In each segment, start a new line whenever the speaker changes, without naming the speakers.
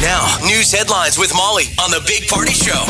Now, news headlines with Molly on the Big Party Show.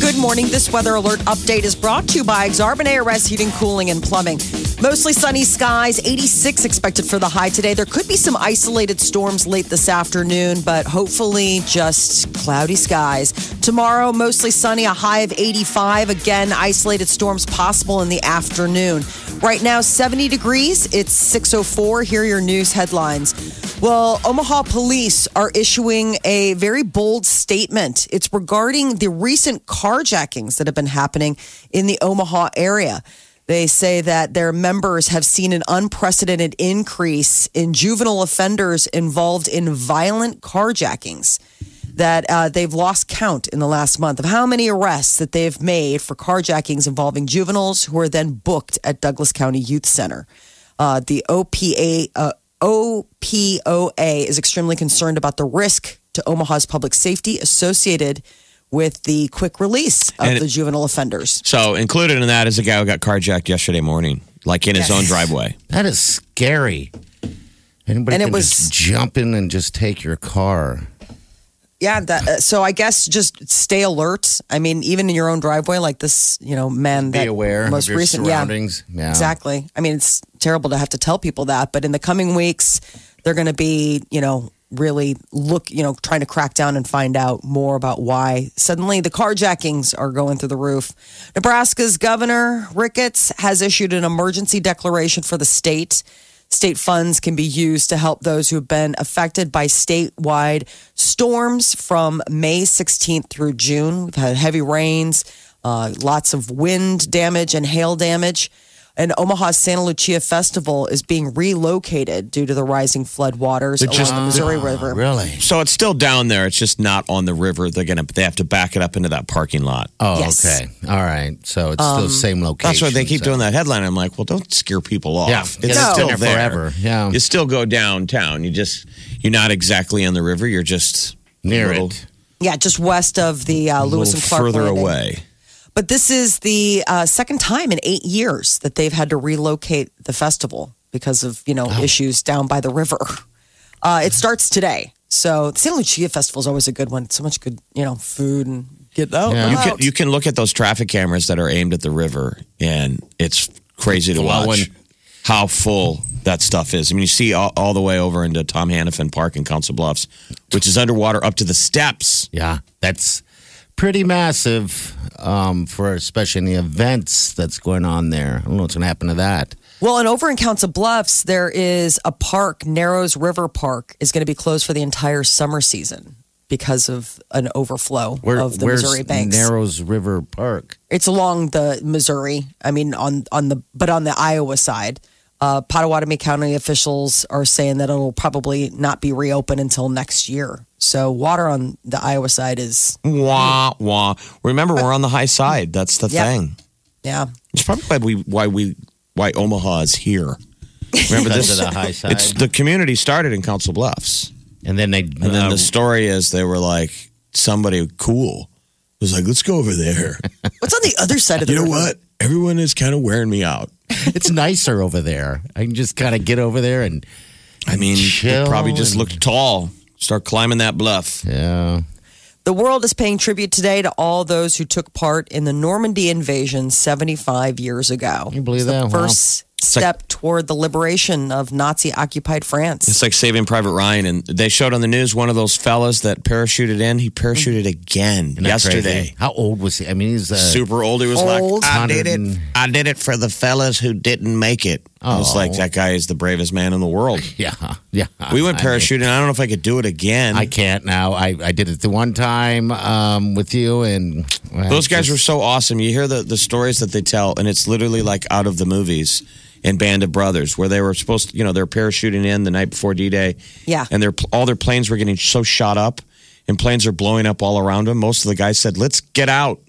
Good morning. This weather alert update is brought to you by Xarban ARS Heating, Cooling, and Plumbing. Mostly sunny skies, 86 expected for the high today. There could be some isolated storms late this afternoon, but hopefully just cloudy skies. Tomorrow, mostly sunny, a high of 85. Again, isolated storms possible in the afternoon. Right now, 70 degrees. It's 604. Here are your news headlines. Well, Omaha police are issuing a very bold statement. It's regarding the recent carjackings that have been happening in the Omaha area. They say that their members have seen an unprecedented increase in juvenile offenders involved in violent carjackings. That uh, they've lost count in the last month of how many arrests that they've made for carjackings involving juveniles who are then booked at Douglas County Youth Center. Uh, the OPA. Uh, OPOA is extremely concerned about the risk to Omaha's public safety associated with the quick release of
And it-
the juvenile offenders.
So included in that is a guy who got carjacked yesterday morning, like in his own driveway.
That is scary. Anybody
And it
can
was-
just jump in and just take your car.
Yeah, that, uh, so I guess just stay alert. I mean, even in your own driveway, like this, you know, man
Be
that
aware
most
of your
recent,
surroundings.
Yeah, exactly. I mean, it's terrible to have to tell people that, but in the coming weeks, they're going to be, you know, really look, you know, trying to crack down and find out more about why suddenly the carjackings are going through the roof. Nebraska's governor Ricketts has issued an emergency declaration for the state. State funds can be used to help those who have been affected by statewide storms from May 16th through June. We've had heavy rains, uh, lots of wind damage, and hail damage. And Omaha's Santa Lucia Festival is being relocated due to the rising flood waters along
just- Ah,
the Missouri River.
Really?
So it's still down there. It's just not on the river. They're gonna they have to back it up into that parking lot.
Oh,
Yes.
okay. All right. So it's still the same location.
Um, That's why they keep
so-
doing that headline. I'm like, well, don't scare people off.
Yeah.
it's
Yeah,
it's
still
been there forever. Yeah.
you still go downtown. You just you're not exactly on the river. You're just
near
a little,
it.
Yeah, just west of the uh,
a little
Lewis and Clark.
further
Landing.
away.
But this is the uh, second time in eight years that they've had to relocate the festival because of you know
Oh.
issues down by the river. Uh, it starts today, so the San Lucia Festival is always a good one. So much good, you know, food and get out.
Yeah.
You
out.
can you can look at those traffic cameras that are aimed at the river, and it's crazy to watch
Flowing.
how full that stuff is. I mean, you see all, all the way over into Tom Hannafin Park in Council Bluffs, which is underwater up to the steps.
Yeah. That's pretty massive um, for especially any events that's going on there. I don't know what's going to happen to that.
Well, and over in Council Bluffs, there is a park, Narrows River Park, is going to be closed for the entire summer season because of an overflow
Where,
of the
where's
Missouri banks.
Narrows River Park?
It's along the Missouri. I mean, on on the but on the Iowa side, uh, Pottawatomie County officials are saying that it'll probably not be reopened until next year. So water on the Iowa side is
Wah wah. Remember, we're on the high side. That's the
Yep.
thing.
yeah.
It's probably why we why we why Omaha is here. Remember
Because
this?
of the high side.
It's the community started in Council Bluffs,
and then they. um,
and then the story is they were like somebody cool was like, "Let's go over there."
What's on the other side of the
You know
river?
what? Everyone is kind of wearing me out.
it's nicer over there. I can just kind of get over there and
I mean,
Chill
it probably just
and-
looked tall. Start climbing that bluff.
yeah.
The world is paying tribute today to all those who took part in the Normandy invasion 75 years ago.
you believe
It's the
that? Wow.
First
like-
step toward the liberation of Nazi occupied France.
It's like Saving Private Ryan, and they showed on the news one of those fellas that parachuted in. He parachuted again
Mm. Isn't that
yesterday.
crazy? How old was he? I mean, he's uh,
Super old. He was
Old.
like, "I did
100
it.
and-
I did it for the fellas who didn't make it." I was
Oh.
like, "That guy is the bravest man in the world."
Yeah, yeah.
We went
I mean,
parachuting. I don't know if I could do it again.
I can't now. I, I did it the one time um, with you, and well,
Those guys were
just-
so awesome. You hear the, the stories that they tell, and it's literally like out of the movies in Band of Brothers, where they were supposed to, you know, they're parachuting in the night before D Day.
Yeah.
And their all their planes were getting so shot up, and planes are blowing up all around them. Most of the guys said, "Let's get out."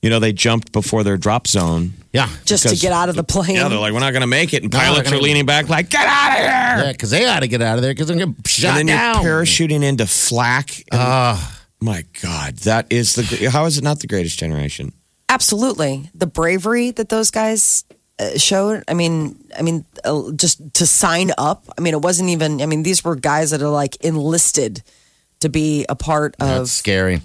You know, they jumped before their drop zone.
Yeah.
just to
Because-
get out of the plane.
Yeah, they're like, "We're not going to make it," and
No,
pilots are
they're gonna-
leaning back, like, "Get out of here!"
Yeah, because they ought to get out of there because they're going to shot
and then
down.
you're parachuting into flak. And, my God, that is the. How is it not the greatest generation?
Absolutely, the bravery that those guys uh, showed. I mean, I mean, uh, just to sign up. I mean, it wasn't even. I mean, these were guys that are like enlisted to be a part
That's
of
scary.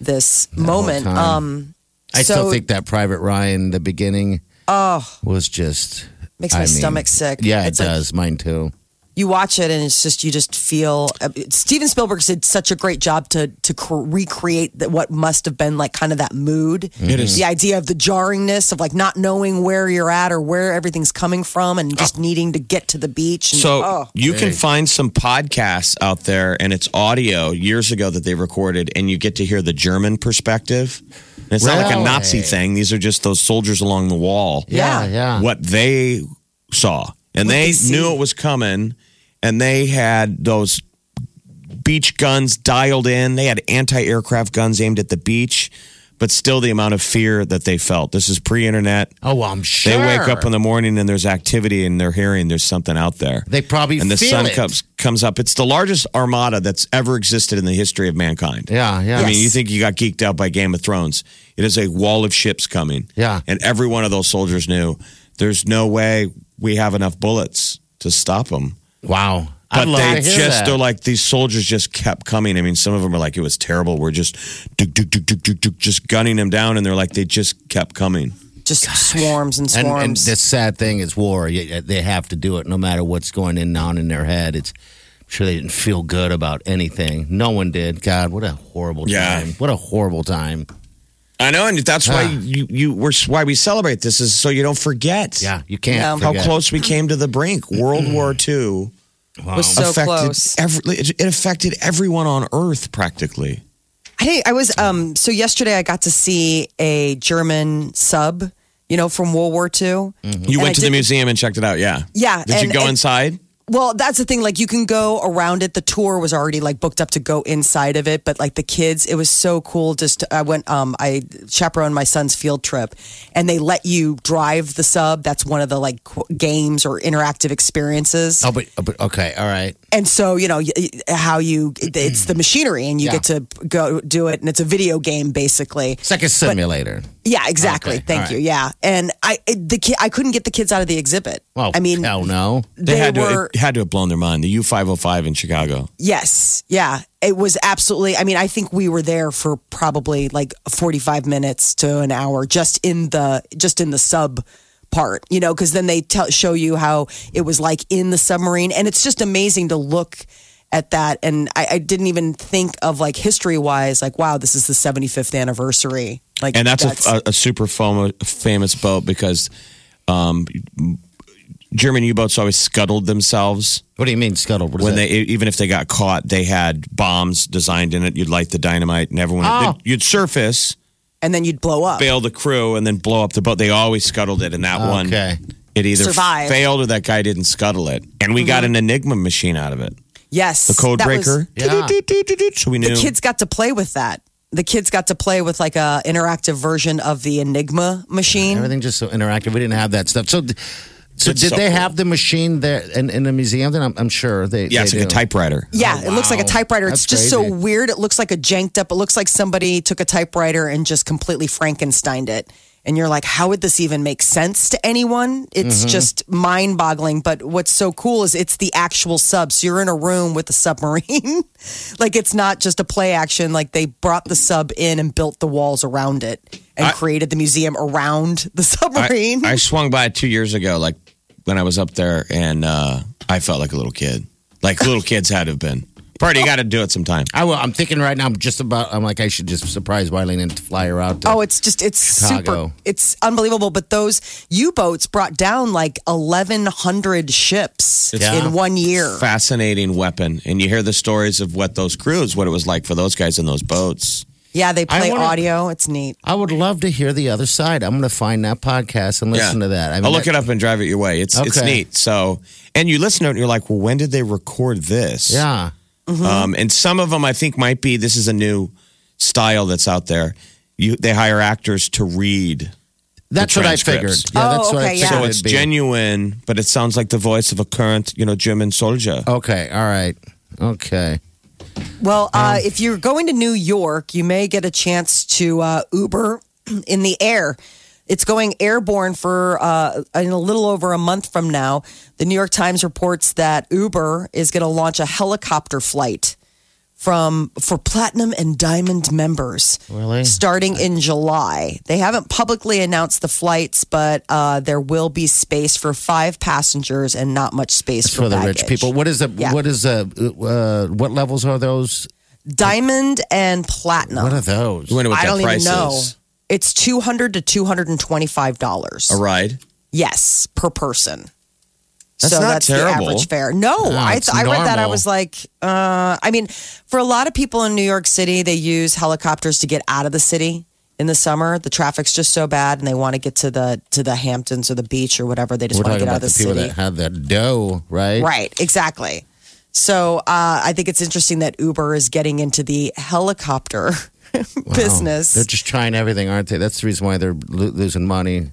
this moment.
time.
Um,
I
so-
still think that Private Ryan, the beginning, oh, was just
Makes my
I mean,
stomach sick.
Yeah, it
It's like-
does. Mine too.
you watch it and it's just you just feel uh, steven spielberg did such a great job to to cr- recreate that what must have been like kind of that mood
Mm-hmm. It is.
the idea of the jarringness of like not knowing where you're at or where everything's coming from and just needing to get to the beach and,
Oh. So
oh,
you can
Hey.
find some podcasts out there, and it's audio years ago that they recorded, and you get to hear the German perspective. And it's not like a
Really?
Nazi thing; these are just those soldiers along the wall.
Yeah.
yeah.
what they saw, and
What
they,
they see.
knew it was coming, and they had those beach guns dialed in. They had anti-aircraft guns aimed at the beach, but still the amount of fear that they felt. This is pre-internet.
Oh, well, I'm sure
They wake up in the morning and there's activity, and they're hearing there's something out there
They probably
and the
feel
sun
it.
comes comes up. It's the largest armada that's ever existed in the history of mankind.
Yeah, yeah.
I mean,
Yes.
you think you got geeked out by Game of Thrones? It is a wall of ships coming.
Yeah.
and every one of those soldiers knew there's no way we have enough bullets to stop them.
Wow. I'd
But
love
they
to hear
just
that.
they're like these soldiers just kept coming. I mean, some of them are like it was terrible. We're just duk, duk, duk, duk, duk, duk, just gunning them down, and they're like they just kept coming.
just swarms and
and,
swarms
and the sad thing is war. You- you- They have to do it no matter what's going in on in their head. It's I'm sure they didn't feel good about anything. No one did. God, what a horrible
Yeah.
time. What a horrible time.
I know, and that's why
Ah.
you you we're why we celebrate this is so you don't forget.
Yeah, you can't.
Yeah.
how
forget.
close we came to the brink. World War II
Wow.
was so
affected
close
every, it affected everyone on Earth practically.
I, didn't- I was um so yesterday I got to see a German sub, you know, from World War II.
You
Mm-hmm. And
went
I
to the
did-
museum and checked it out. Yeah.
Yeah,
Did
and-
you go
and-
inside?
Well, that's the thing. Like, you can go around it. The tour was already like booked up to go inside of it, but like the kids, it was so cool. Just I went, um, I chaperoned my son's field trip, and they let you drive the sub. That's one of the like qu- games or interactive experiences.
Oh, but, but okay, all right.
And so you know y- y- how you it's the machinery, and you
Yeah.
get to go do it, and it's a video game basically.
It's like a simulator.
Yeah, exactly.
Okay,
Thank
all
you. Yeah,
right.
and I it, the ki- I couldn't get the kids out of the exhibit.
well,
I mean,
hell no.
They,
they
had to
were.
it had to have blown their mind. The U five oh five in Chicago.
Yes. Yeah. It was absolutely. I mean, I think we were there for probably like 45 minutes to an hour just in the just in the sub part, you know, cuz then they tell show you how it was like in the submarine and it's just amazing to look at that and I, I didn't even think of like history wise like wow this is the 75th anniversary like
And that's, a, uh, a super famo- famous boat because um, German U boats always scuttled themselves.
What do you mean scuttled? What is
when
that?
they e, even if they got caught, they had bombs designed in it. You'd light the dynamite, and everyone
Oh.
you'd surface,
and then you'd blow up
bail the crew, and then blow up the boat. They always scuttled it in that one.
Okay.
It either
Survived.
failed or that guy didn't scuttle it, and we got an Enigma machine out of it,
yes
the code
that was-
breaker.
Yeah.
So we knew.
the kids got to play with that. The kids got to play with like a interactive version of the Enigma machine.
Everything just so interactive. We didn't have that stuff. So, so
It's
did
so
they
cool.
have the machine there in, in the museum? Then I'm, I'm sure they.
yeah, it's
they
like a
do.
typewriter.
Yeah, it looks like a
wow.
typewriter. It's
That's
just so
crazy.
weird. It looks like a janked up. It looks like somebody took a typewriter and just completely Frankensteined it. And you're like, how would this even make sense to anyone? It's just mind boggling. But what's so cool is it's the actual sub. So you're in a room with a submarine. like it's not just a play action. Like they brought the sub in and built the walls around it and
I-
created the museum around the
I,
submarine.
I swung by two years ago, like when I was up there, and uh, I felt like a little kid, like little kids had to have been. Party, you got to do it sometime.
I will. I'm thinking right now. I'm just about. I'm like I should just surprise Wileen and fly her out. To,
Oh, it's just it's
Chicago.
super it's unbelievable. But those U boats brought down like eleven hundred ships
Yeah.
in one year.
fascinating weapon. And you hear the stories of what those crews, what it was like for those guys in those boats.
Yeah, they
I
play
wanna-
audio. It's neat.
I would love to hear the other side. I'm going to find that podcast and listen to that. I
will look
that-
it up and drive it your way. It's it's
Okay.
neat. So, and you listen to it, and you're like, well, when did they record this?
Yeah. Mm-hmm.
Um, and some of them, I think, might be this is a new style that's out there. You, they hire actors to read,
That's
The
what I figured.
transcripts.
Yeah,
Oh,
that's what I
okay, yeah.
figured.
so
it'd
it's
be.
genuine, but it sounds like the voice of a current, you know, German soldier.
Okay, all right. Okay.
Well, uh, if you're going to New York, you may get a chance to uh, Uber in the air. It's going airborne for uh, in a little over a month from now. The New York Times reports that Uber is going to launch a helicopter flight from for platinum and diamond members
Really?
starting in July. They haven't publicly announced the flights, but uh, there will be space for five passengers and not much space
For the rich
baggage.
people. What is the
Yeah.
what is the uh, what levels are those?
Diamond and platinum.
What are those?
You wonder what
I
that
don't
price
even know.
is.
It's two hundred to two hundred and twenty-five dollars.
A ride.
Yes, per person.
That's
so
not
that's
terrible.
the average fare. No, I,
it's
I read that. I
normal.
was like, uh, I mean, for a lot of people in New York City, they use helicopters to get out of the city in the summer. The traffic's just so bad, and they want to get to the to the Hamptons or the beach or whatever. They just
We're
want to
talking
get out of
about
the,
the people
city.
that had that dough, right?
Right, exactly. So uh, I think it's interesting that Uber is getting into the helicopter business.
They're just trying everything, aren't they? That's the reason why they're lo- losing money.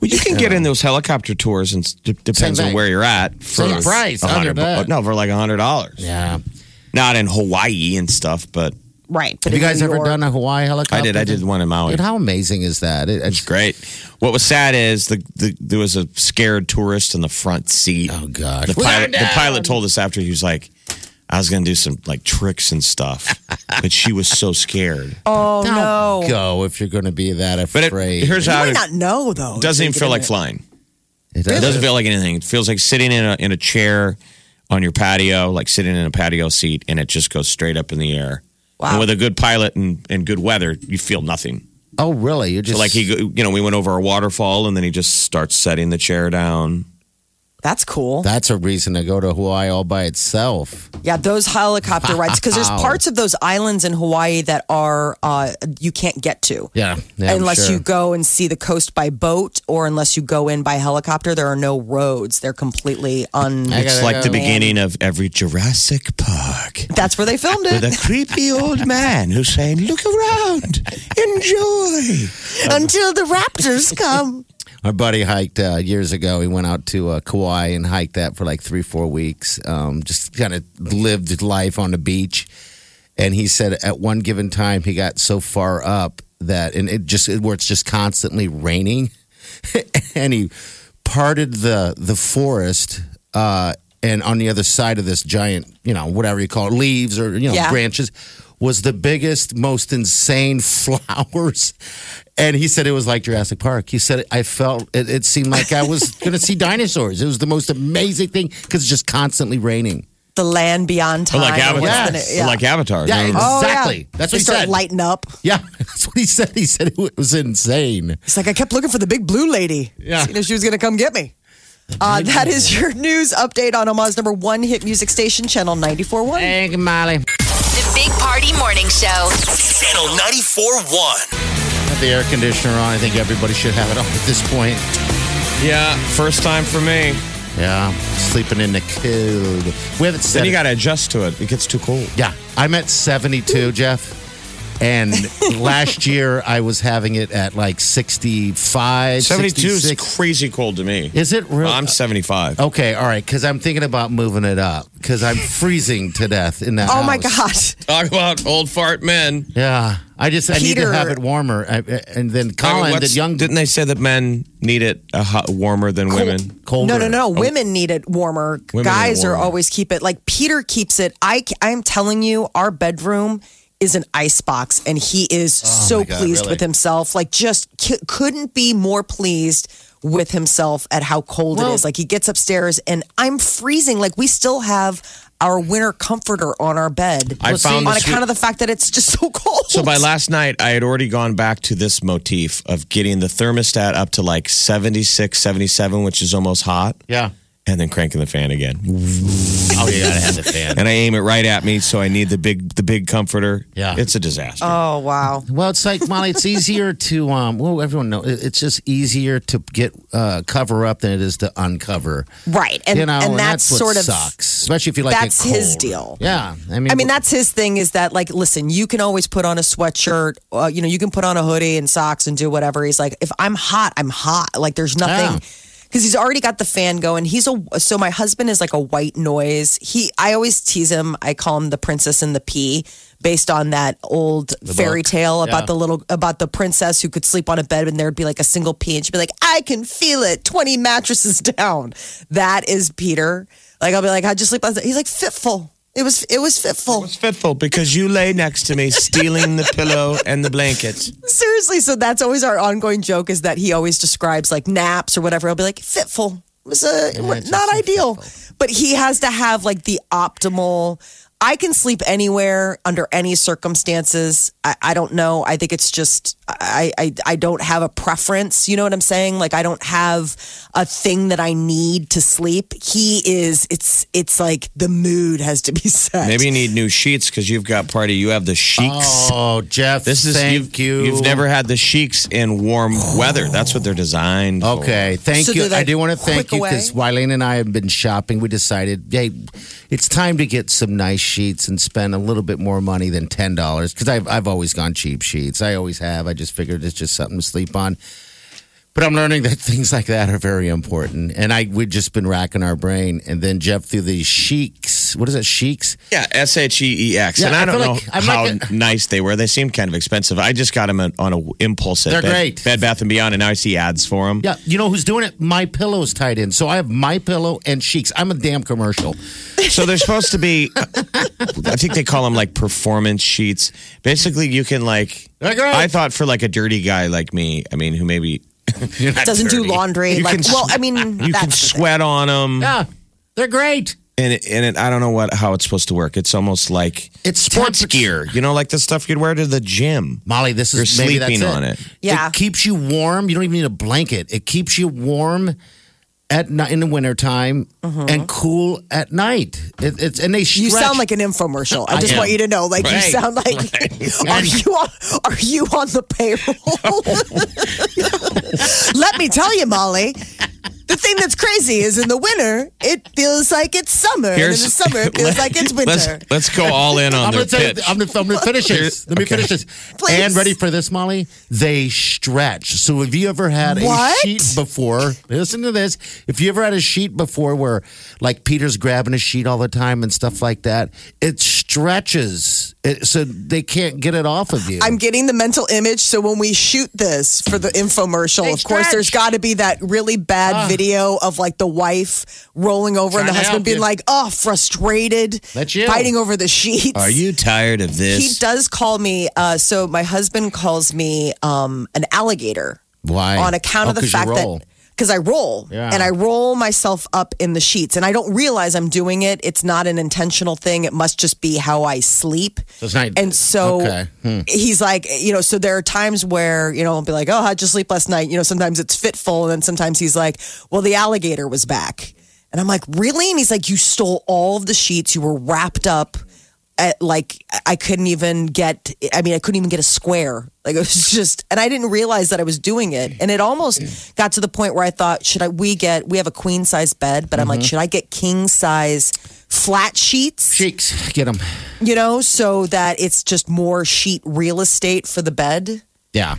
Well, you can get in those helicopter tours, and d- depends
Same
on
thing.
where you're at. For
Same price,
a hundred
under that.
bu- No, for like a hundred dollars.
Yeah.
Not in Hawaii and stuff, but
right. But
Have you
in
guys
New
ever
York-
done a Hawaii helicopter?
I did. I did one in Maui.
Dude, how amazing is that? It,
It's
it's,
great. What was sad is the, the there was a scared tourist in the front seat.
oh gosh,
The pilot, the pilot told us after he was like, "I was going to do some like tricks and stuff," but she was so scared.
Oh
Don't
no!
go if you're going to be that
but
afraid.
it, here's
You
how
might
it
not know though.
doesn't
if
even
you
feel
get
like
in
flying.
It
It
doesn't-
doesn't feel like anything. It feels like sitting in a in a chair on your patio, like sitting in a patio seat, and it just goes straight up in the air.
Wow.
And with a good pilot and, and good weather, you feel nothing.
oh, really? You're just
So like he, go- you know, we went over a waterfall, and then he just starts setting the chair down.
it. That's cool.
That's a reason to go to Hawaii all by itself.
yeah, those helicopter rides because there's parts of those islands in Hawaii that are uh, you can't get to.
Yeah, yeah, I'm
unless
sure.
you go and see the coast by boat or unless you go in by helicopter, there are no roads. They're completely un.
I
It's
gotta
like the
go.
beginning of every Jurassic Park
That's where they filmed
with
it.
a creepy old man who's saying, Look around, enjoy.
Until the raptors come.
Our buddy hiked uh, years ago. He went out to uh, Kauai and hiked that for like three, four weeks. Um, just kind of lived life on the beach. And he said at one given time he got so far up that, and it just where it's just constantly raining, and he parted the the forest. Uh, and on the other side of this giant, you know, whatever you call it, leaves or you know
Yeah.
branches, was the biggest, most insane flowers. And he said it was like Jurassic Park. He said I felt it, it seemed like I was going to see dinosaurs. It was the most amazing thing because it's just constantly raining.
The land beyond time.
Or like
or what's
Avatar.
in it,
Or Like Avatar.
Yeah,
No,
Oh, yeah.
exactly. That's
They
what he
start
said.
Lighten up.
Yeah, that's what he said. He said it was insane.
It's like I kept looking for the big blue lady.
Yeah.
Seeing if she was going to come get me. Uh, that is your news update on Omaha's number one hit music station, Channel 94.1.
Thank you, Molly.
The Big Party Morning Show.
Channel 94.1.
Have the air conditioner on. I think everybody should have it on at this point.
yeah, first time for me.
Yeah, sleeping in the cold. We haven't said
Then you
it-
got to adjust to it. It gets too cold.
Yeah, I'm at 72, Jeff. And last year I was having it at like 65,
72 is
66.
crazy cold to me.
Is it real?
I'm 75.
okay, all right, because I'm thinking about moving it up because I'm freezing to death in that.
Oh my
house.
gosh.
Talk about old fart men.
Yeah, I just I need to
Heater.
have it warmer. I, Oh, and then
I mean,
Colin, the
what's-
young
Didn't they say that men need it uh, hot, warmer than women?
colder.
No, no, no. Women need it warmer.
Oh. Women
Guys
need it
are
warmer.
always keep it. Like Peter keeps it. I, ca- I'm telling you, our bedroom is an ice box, and he is
Oh
so
God,
pleased
really?
with himself. Like, just c- couldn't be more pleased with himself at how cold it
Well-
is. Like, he gets upstairs, and I'm freezing. Like, we still have our winter comforter on our bed.
I found
on
this
account of the fact that it's just so cold.
So by last night, I had already gone back to this motif of getting the thermostat up to like 76, 77, which is almost hot.
Yeah.
and then cranking the fan again.
Oh, you gotta have the fan.
And I aim it right at me, so I need the big the big comforter.
Yeah.
It's a disaster.
Oh, wow.
Well, it's like Molly. It's easier to um. Well, everyone knows it- it's just easier to get uh, cover up than it is to uncover.
Right. And,
you know,
and that's,
what
sort of
sucks, especially if you like it
that's his
cold.
deal.
Yeah, I mean,
I mean, that's his thing is that, like, listen, you can always put on a sweatshirt. Uh, you know, you can put on a hoodie and socks and do whatever. He's like, if I'm hot, I'm hot. Like, there's nothing. Because he's already got the fan going. He's a so my husband is like a white noise. He I always tease him. I call him the princess and the pea, based on that old fairy
book.
tale about
Yeah.
the little about the princess who could sleep on a bed and there'd be like a single pea and she'd be like, I can feel it 20 mattresses down. That is Peter. Like I'll be like, how'd you sleep last night? He's like, fitful. It was it was fitful.
It's fitful because you lay next to me, stealing the pillow and the blankets.
Seriously, so that's always our ongoing joke is that he always describes like naps or whatever. He'll be like, fitful. It was uh,
it's
not
just
ideal. But he has to have like the optimal I can sleep anywhere under any circumstances. I, I don't know. I think it's just I, I I don't have a preference. You know what I'm saying? Like I don't have a thing that I need to sleep. He is it's it's like the mood has to be set.
Maybe you need new sheets because you've got party. You have the sheiks.
Oh, Jeff,
this is you've,
thank you.
You've never had the sheiks in warm weather. That's what they're designed. for.
Okay, thank
So
you.
they're like
I do want to thank you
quick
because
away?
Wileen and I have been shopping. We decided, hey, it's time to get some nice sheets and spend a little bit more money than ten dollars because I've I've always gone cheap sheets. I always have. I just figured it's just something to sleep on. But I'm learning that things like that are very important, and I we've just been racking our brain. And then Jeff through the sheiks. What is that? Sheiks.
Yeah, S H E E X.
Yeah,
and I,
I
don't
feel
know
like I'm
how
not gonna-
nice they were. They seemed kind of expensive. I just got them on on an impulse at
They're
Bed,
great.
Bed Bath and Beyond, and now I see ads for them.
Yeah, you know who's doing it? My Pillow's tied in, so I have My Pillow and Sheiks. I'm a damn commercial.
So they're supposed to be. I think they call them like performance sheets. Basically, you can like.
They're great.
I thought for like a dirty guy like me. I mean, who maybe
doesn't do laundry.
You
like
can
well,
s-
I mean
you can
that's the thing.
sweat on them,
Yeah, they're great.
and it, and it, I don't know what how it's supposed to work. It's almost like
It's sports-
sports gear. You know, like the stuff you'd wear to the gym.
Molly, this is
You're
maybe
sleeping
that's
on it.
Yeah.
It keeps you warm. You don't even need a blanket. It keeps you warm at night in the wintertime and cool at night. It, it's and they stretch.
Mm-hmm. You sound like an infomercial. I just
am.
want you to know, like you
Right.
sound like. Are you on, are you on the payroll? Let me tell you, Molly. The thing that's crazy is in the winter it feels like it's summer, and in the summer it feels like it's
let's-
winter.
Let's, go all in on
I'm
their
gonna, tell you,
pitch.
I'm, gonna, I'm gonna finish this. Let me finish this.
Please.
And ready for this, Molly? They stretch. So have you ever had
What?
a sheet before? Listen to this. If you ever had a sheet before where like Peter's grabbing a sheet all the time and stuff like that, it stretches. It, so they can't get it off of you.
I'm getting the mental image. So when we shoot this for the infomercial,
They
of course, there's got to be that really bad video of like the wife rolling over and
Ah. Trying
the
to
husband
help
being
you.
like, oh, frustrated,
That's you.
fighting over the sheets.
Are you tired of
He
this?
does call me. Uh, so my husband calls me um, an alligator.
Why?
On account of the
Oh, 'cause you
fact
roll.
that because I roll
Yeah.
and I roll myself up in the sheets, and I don't realize I'm doing it. It's not an intentional thing. It must just be how I sleep.
So it's not-
and so
okay.
he's like, you know, so there are times where you know I'll be like, oh, how'd you sleep last night? You know, sometimes it's fitful, and then sometimes he's like, well, the alligator was back, and I'm like, really? And he's like, you stole all of the sheets. You were wrapped up. At, like I couldn't even get. I mean, I couldn't even get a square. Like it was just, and I didn't realize that I was doing it. And it almost got to the point where I thought, should I? We get. We have a queen size bed, but I'm like, should I get king size flat sheets?
Cheeks, get them.
You know, so that it's just more sheet real estate for the bed.
Yeah.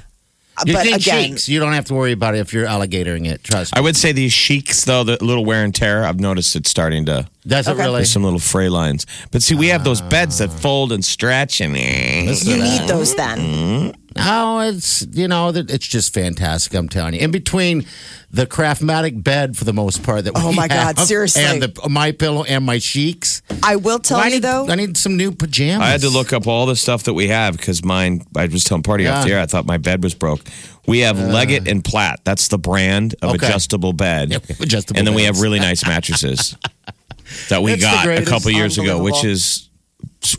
Uh,
You
but
think
again-
cheeks. You don't have to worry about it if you're alligatoring it. Trust me.
I would say these sheiks, though, the little wear and tear, I've noticed it's starting to.
Does it really?
There's some little fray lines. But see, we have those beds
Ah.
that fold and stretch and.
You need those then.
No, it's you know that it's just fantastic. I'm telling you. In between the Craftmatic bed for the most part that we
Oh, my God,
have,
seriously.
and the my pillow and my cheeks.
I will tell
I
you
need
though.
I need some new pajamas.
I had to look up all the stuff that we have because mine. I was telling party off the
Yeah.
air. I thought my bed was broke. We have Leggett and Platt. That's the brand of
Okay.
adjustable bed.
Yeah, we have adjustable
and then we
beds.
have really nice mattresses that we
It's the
got a
greatest.
couple years ago, which is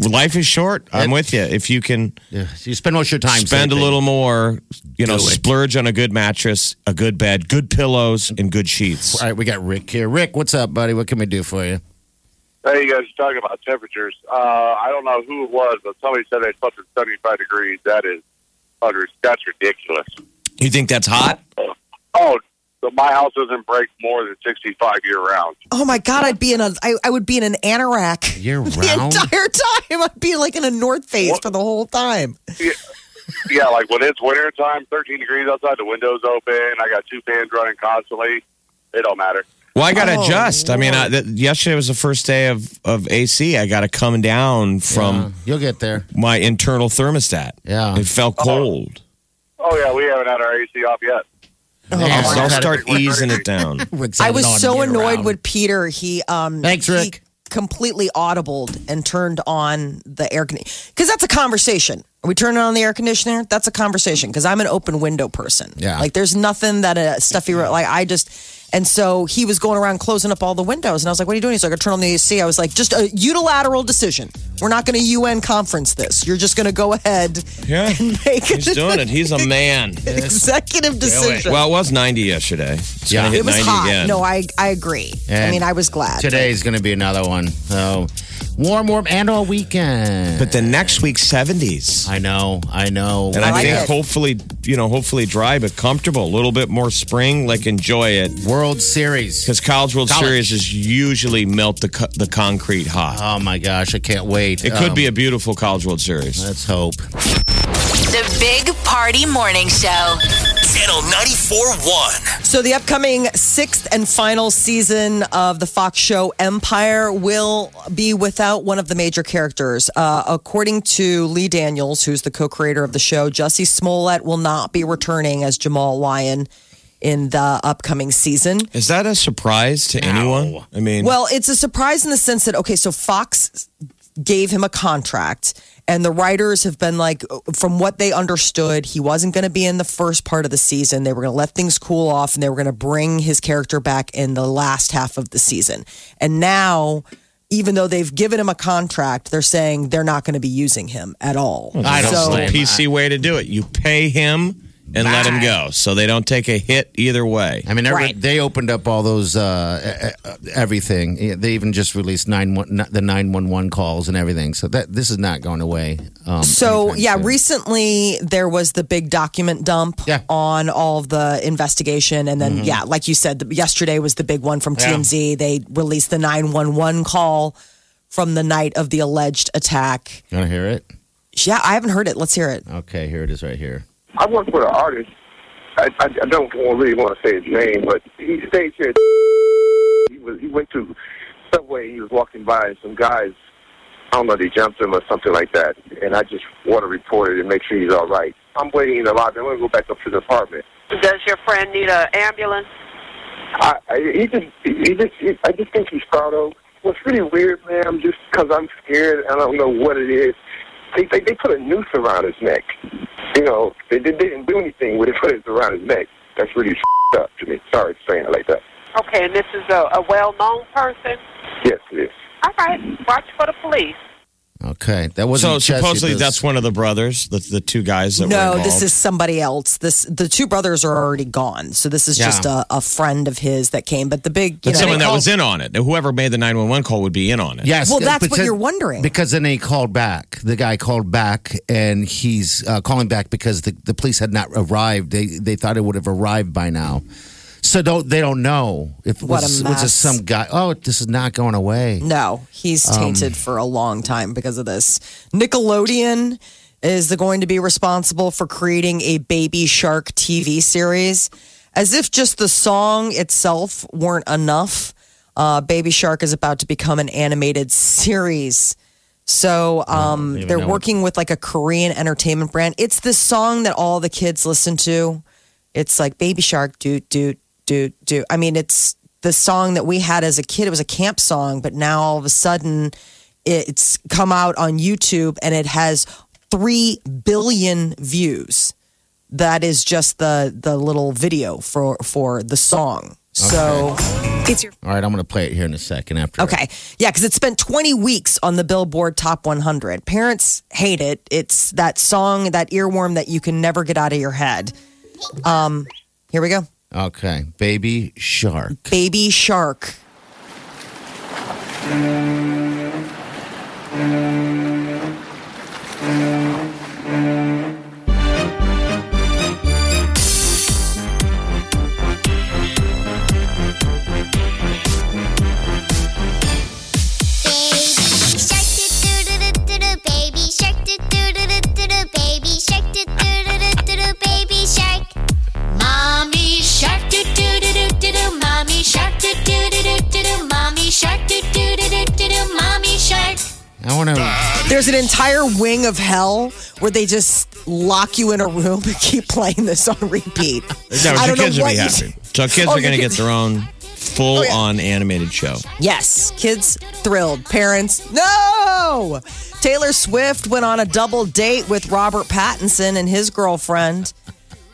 life is short. I'm with you. If you can
Yeah, you spend most of your time.
spend a
sleeping.
little more, you know,
Do it.
splurge on a good mattress, a good bed, good pillows, and good sheets.
All right, we got Rick here. Rick, what's up, buddy? What can we do for you?
Hey, you guys are talking about temperatures. Uh, I don't know who it was, but somebody said they slept at 75 degrees. That is, under, that's ridiculous.
You think that's hot?
Oh, so my house doesn't break more than 65 year round.
Oh my God, I'd be in a, I, I would be in an anorak
Year
the
round.
entire time. I'd be like in a North Face
What?
for the whole time.
Yeah, like when it's winter time, 13 degrees outside, the window's open. I got two fans running constantly. It don't matter.
Well, I got to
Oh,
adjust. I mean, I,
Lord.
th- yesterday was the first day of, of AC. I got to come down from
Yeah, Uh-huh. you'll get there.
my internal thermostat.
Yeah.
It felt cold.
Oh, yeah, we haven't had our AC off yet.
Yeah.
I'll, I'll start
We're
easing
very-
it down.
Rick's
I
out
was
on
so
year
annoyed
round.
with Peter. He um
Thanks,
he
Rick.
completely audibled and turned on the air conditioner because that's a conversation. Are we turning on the air conditioner? That's a conversation because I'm an open window person.
Yeah.
like there's nothing that a stuffy ro- like I just and so he was going around closing up all the windows and I was like, "What are you doing?" He's like, "I turn on the AC." I was like, "Just a unilateral decision. We're not going to UN conference this. You're just going to go ahead
Yeah.
and make
He's doing it. He's a man.
an executive decision."
Well, it was 90 yesterday. It's
Yeah.
gonna hit
it was
90
hot.
again.
No, I I agree. I
And
mean, I was glad.
Today's going to be another one. So warm, warm, and all weekend.
but then next week, 70s.
I know, I know.
And I,
like
think
it.
hopefully, you know, hopefully dry but comfortable. A little bit more spring. Like enjoy it
World Series.
because College World
College.
Series is usually melt the co- the concrete hot.
Oh my gosh, I can't wait.
it could
Um,
be a beautiful College World Series.
Let's hope.
The Big Party Morning Show.
Channel 94.1.
So the upcoming sixth and final season of the Fox show Empire will be without one of the major characters. Uh, according to Lee Daniels, who's the co-creator of the show, Jesse Smollett will not be returning as Jamal Lyon in the upcoming season.
Is that a surprise to anyone? I mean,
Well, it's a surprise in the sense that okay, so Fox gave him a contract, and the writers have been like, from what they understood, he wasn't going to be in the first part of the season. They were going to let things cool off, and they were going to bring his character back in the last half of the season. And now. Even though they've given him a contract, they're saying they're not going to be using him at all.
I don't
that's
so,
the
blame
PC way to do it. You pay him and let him go, so they don't take a hit either way.
I mean, every,
Right.
they opened up all those uh, uh, uh, everything. Yeah, They even just released nine one the nine one one calls and everything. So that this is not going away. Um,
So
anytime
yeah,
soon.
recently there was the big document dump
Yeah. Mm-hmm.
on all of the investigation, and then yeah, like you said, the, yesterday was the big one from
Yeah.
TMZ. They released the nine one one call from the night of the alleged attack.
you want to hear it?
Yeah, I haven't heard it. Let's hear it.
Okay, here it is, right here.
I work with an artist. I, I, I don't want, really want to say his name, but he stays here. He was he went to subway. He was walking by, and some guys. I don't know. They jumped him or something like that. And I just want to report it and make sure he's all right. I'm waiting in the lobby. I'm going to go back up to the apartment.
Does your friend need an ambulance?
I, I he just he just he, I just think he's proud of. What's really weird, ma'am, just because I'm scared, I don't know what it is. They, they they put a noose around his neck. You know, they, they didn't do anything with it, put it around his neck. That's really up to me. Sorry for saying it like that.
Okay, and this is a, a well known person.
Yes, it is.
All right, watch for the police.
Okay, that wasn't
so
Jesse,
supposedly
this-
that's one of the brothers, the, the two guys that
No,
were
this
involved.
is somebody else. This the two brothers are already gone, so this is
Yeah.
just a, a friend of his that came. But the big, you
But someone
know,
that was in on it. Whoever made the 911 call would be in on it.
Yes.
Well, that's what
because-
you're wondering.
Because then he called back. The guy called back, and he's uh, calling back because the, the police had not arrived. They they thought it would have arrived by now. So don't they don't know if it
What
was,
a
was
mess.
just some guy. Oh, this is not going away.
No, he's tainted for a long time because of this. Nickelodeon is going to be responsible for creating a baby shark TV series. As if just the song itself weren't enough, uh, Baby Shark is about to become an animated series. So um, they're working with like a Korean entertainment brand. It's this song that all the kids listen to. It's like Baby Shark, do do do do. I mean, it's the song that we had as a kid. It was a camp song, but now all of a sudden, it's come out on YouTube and it has three billion views. That is just the the little video for for the song. So it's your.
All right, I'm going to play it here in a second after.
Okay. Yeah, because it spent 20 weeks on the Billboard Top 100. Parents hate it. It's that song, that earworm that you can never get out of your head. Um, here we go.
Okay. Baby Shark.
Baby Shark.
I want to.
There's an entire wing of hell where they just lock you in a room and keep playing this on repeat.
No,
I
so
don't know
kids will
what
be
you-
happy. So kids
Oh,
are going to
you
get
can-
their own full-on animated show.
Yes, kids thrilled. Parents, no! Taylor Swift went on a double date with Robert Pattinson and his girlfriend.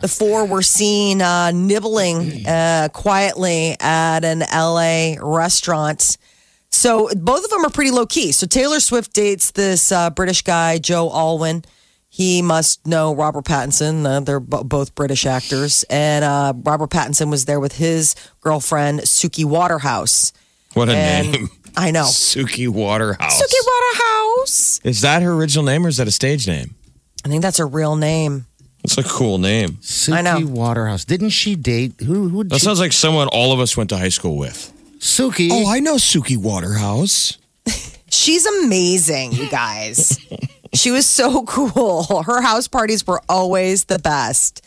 The four were seen uh, nibbling uh, quietly at an LA restaurant. So both of them are pretty low key. So Taylor Swift dates this uh, British guy, Joe Alwyn. He must know Robert Pattinson. Uh, they're bo- both British actors. And uh, Robert Pattinson was there with his girlfriend, Suki Waterhouse.
What a
And-
name.
I know.
Suki Waterhouse.
Suki Waterhouse.
Is that her original name or is that a stage name?
I think that's her real name.
It's a cool name.
Suki
I know.
Waterhouse. Didn't she date? Who? Who?
That
Did she,
sounds like someone all of us went to high school with.
Suki.
Oh,
I know Suki Waterhouse.
She's amazing, you guys. she was so cool. Her house parties were always the best.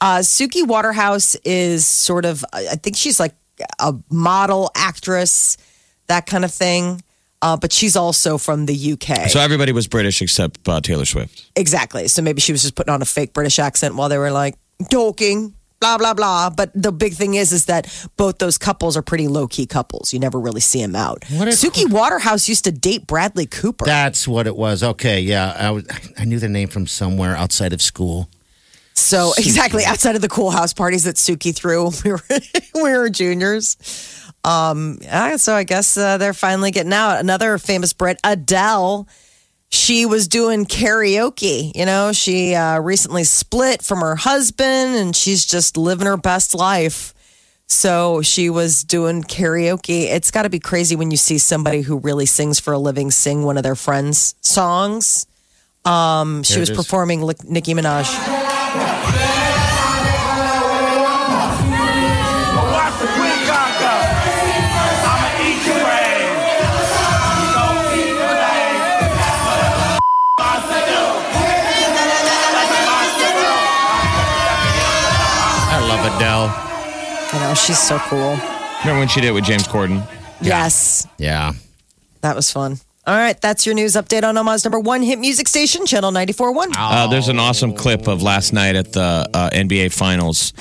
Uh, Suki Waterhouse is sort of, I I think she's like a model, actress, that kind of thing. Uh, but she's also from the UK.
So everybody was British except uh, Taylor Swift.
Exactly. So maybe she was just putting on a fake British accent while they were like talking, blah blah blah. But the big thing is, is that both those couples are pretty low key couples. You never really see them out.
What a-
Suki Waterhouse used to date Bradley Cooper.
That's what it was. Okay. Yeah. I was. I knew the name from somewhere outside of school.
so exactly outside of the cool house parties that Suki threw, when we were when we were juniors. Um, yeah, so I guess uh, they're finally getting out. Another famous Brit, Adele. she was doing karaoke. You know, she uh, recently split from her husband and she's just living her best life. So she was doing karaoke. It's got to be crazy when you see somebody who really sings for a living sing one of their friends' songs. Um, she
Here
was
it is.
performing Lic- Nicki Minaj.
Watch the Queen Gaga. I'ma eat your ass. You gon' eat your ass. That's what the monster do.
I love Adele.
You know, she's so cool.
Remember when she did it with James Corden?
Yes,
Yeah.
that was fun. All right, that's your news update on Omaha's number one hit music station, Channel 94.1.
Uh, there's an awesome clip of last night at the uh, NBA Finals.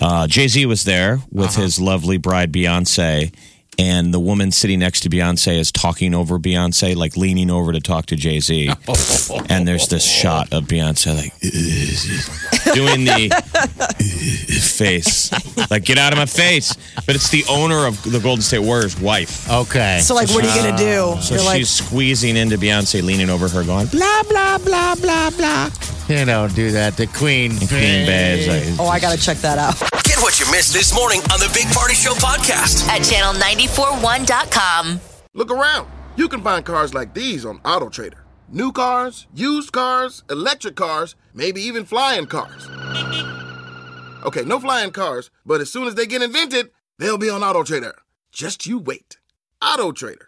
Uh, Jay Z was there with
Uh-huh.
his lovely bride Beyonce, and the woman sitting next to Beyonce is talking over Beyonce, like leaning over to talk to Jay Z. and there's this shot of Beyonce like doing the face, like get out of my face. But it's the owner of the Golden State Warriors' wife.
Okay.
So, like, what are you going to do?
So
You're
she's
like,
squeezing into Beyonce, leaning over her, going,
blah blah blah blah blah. You don't do that. The Queen.
Queen Babe's like,
oh, I got to check that out.
Get what you missed this morning on the Big Party Show podcast.
At channel941.com.
Look around. You can find cars like these on AutoTrader. New cars, used cars, electric cars, maybe even flying cars. Okay, no flying cars, but as soon as they get invented, they'll be on AutoTrader. Just you wait. AutoTrader.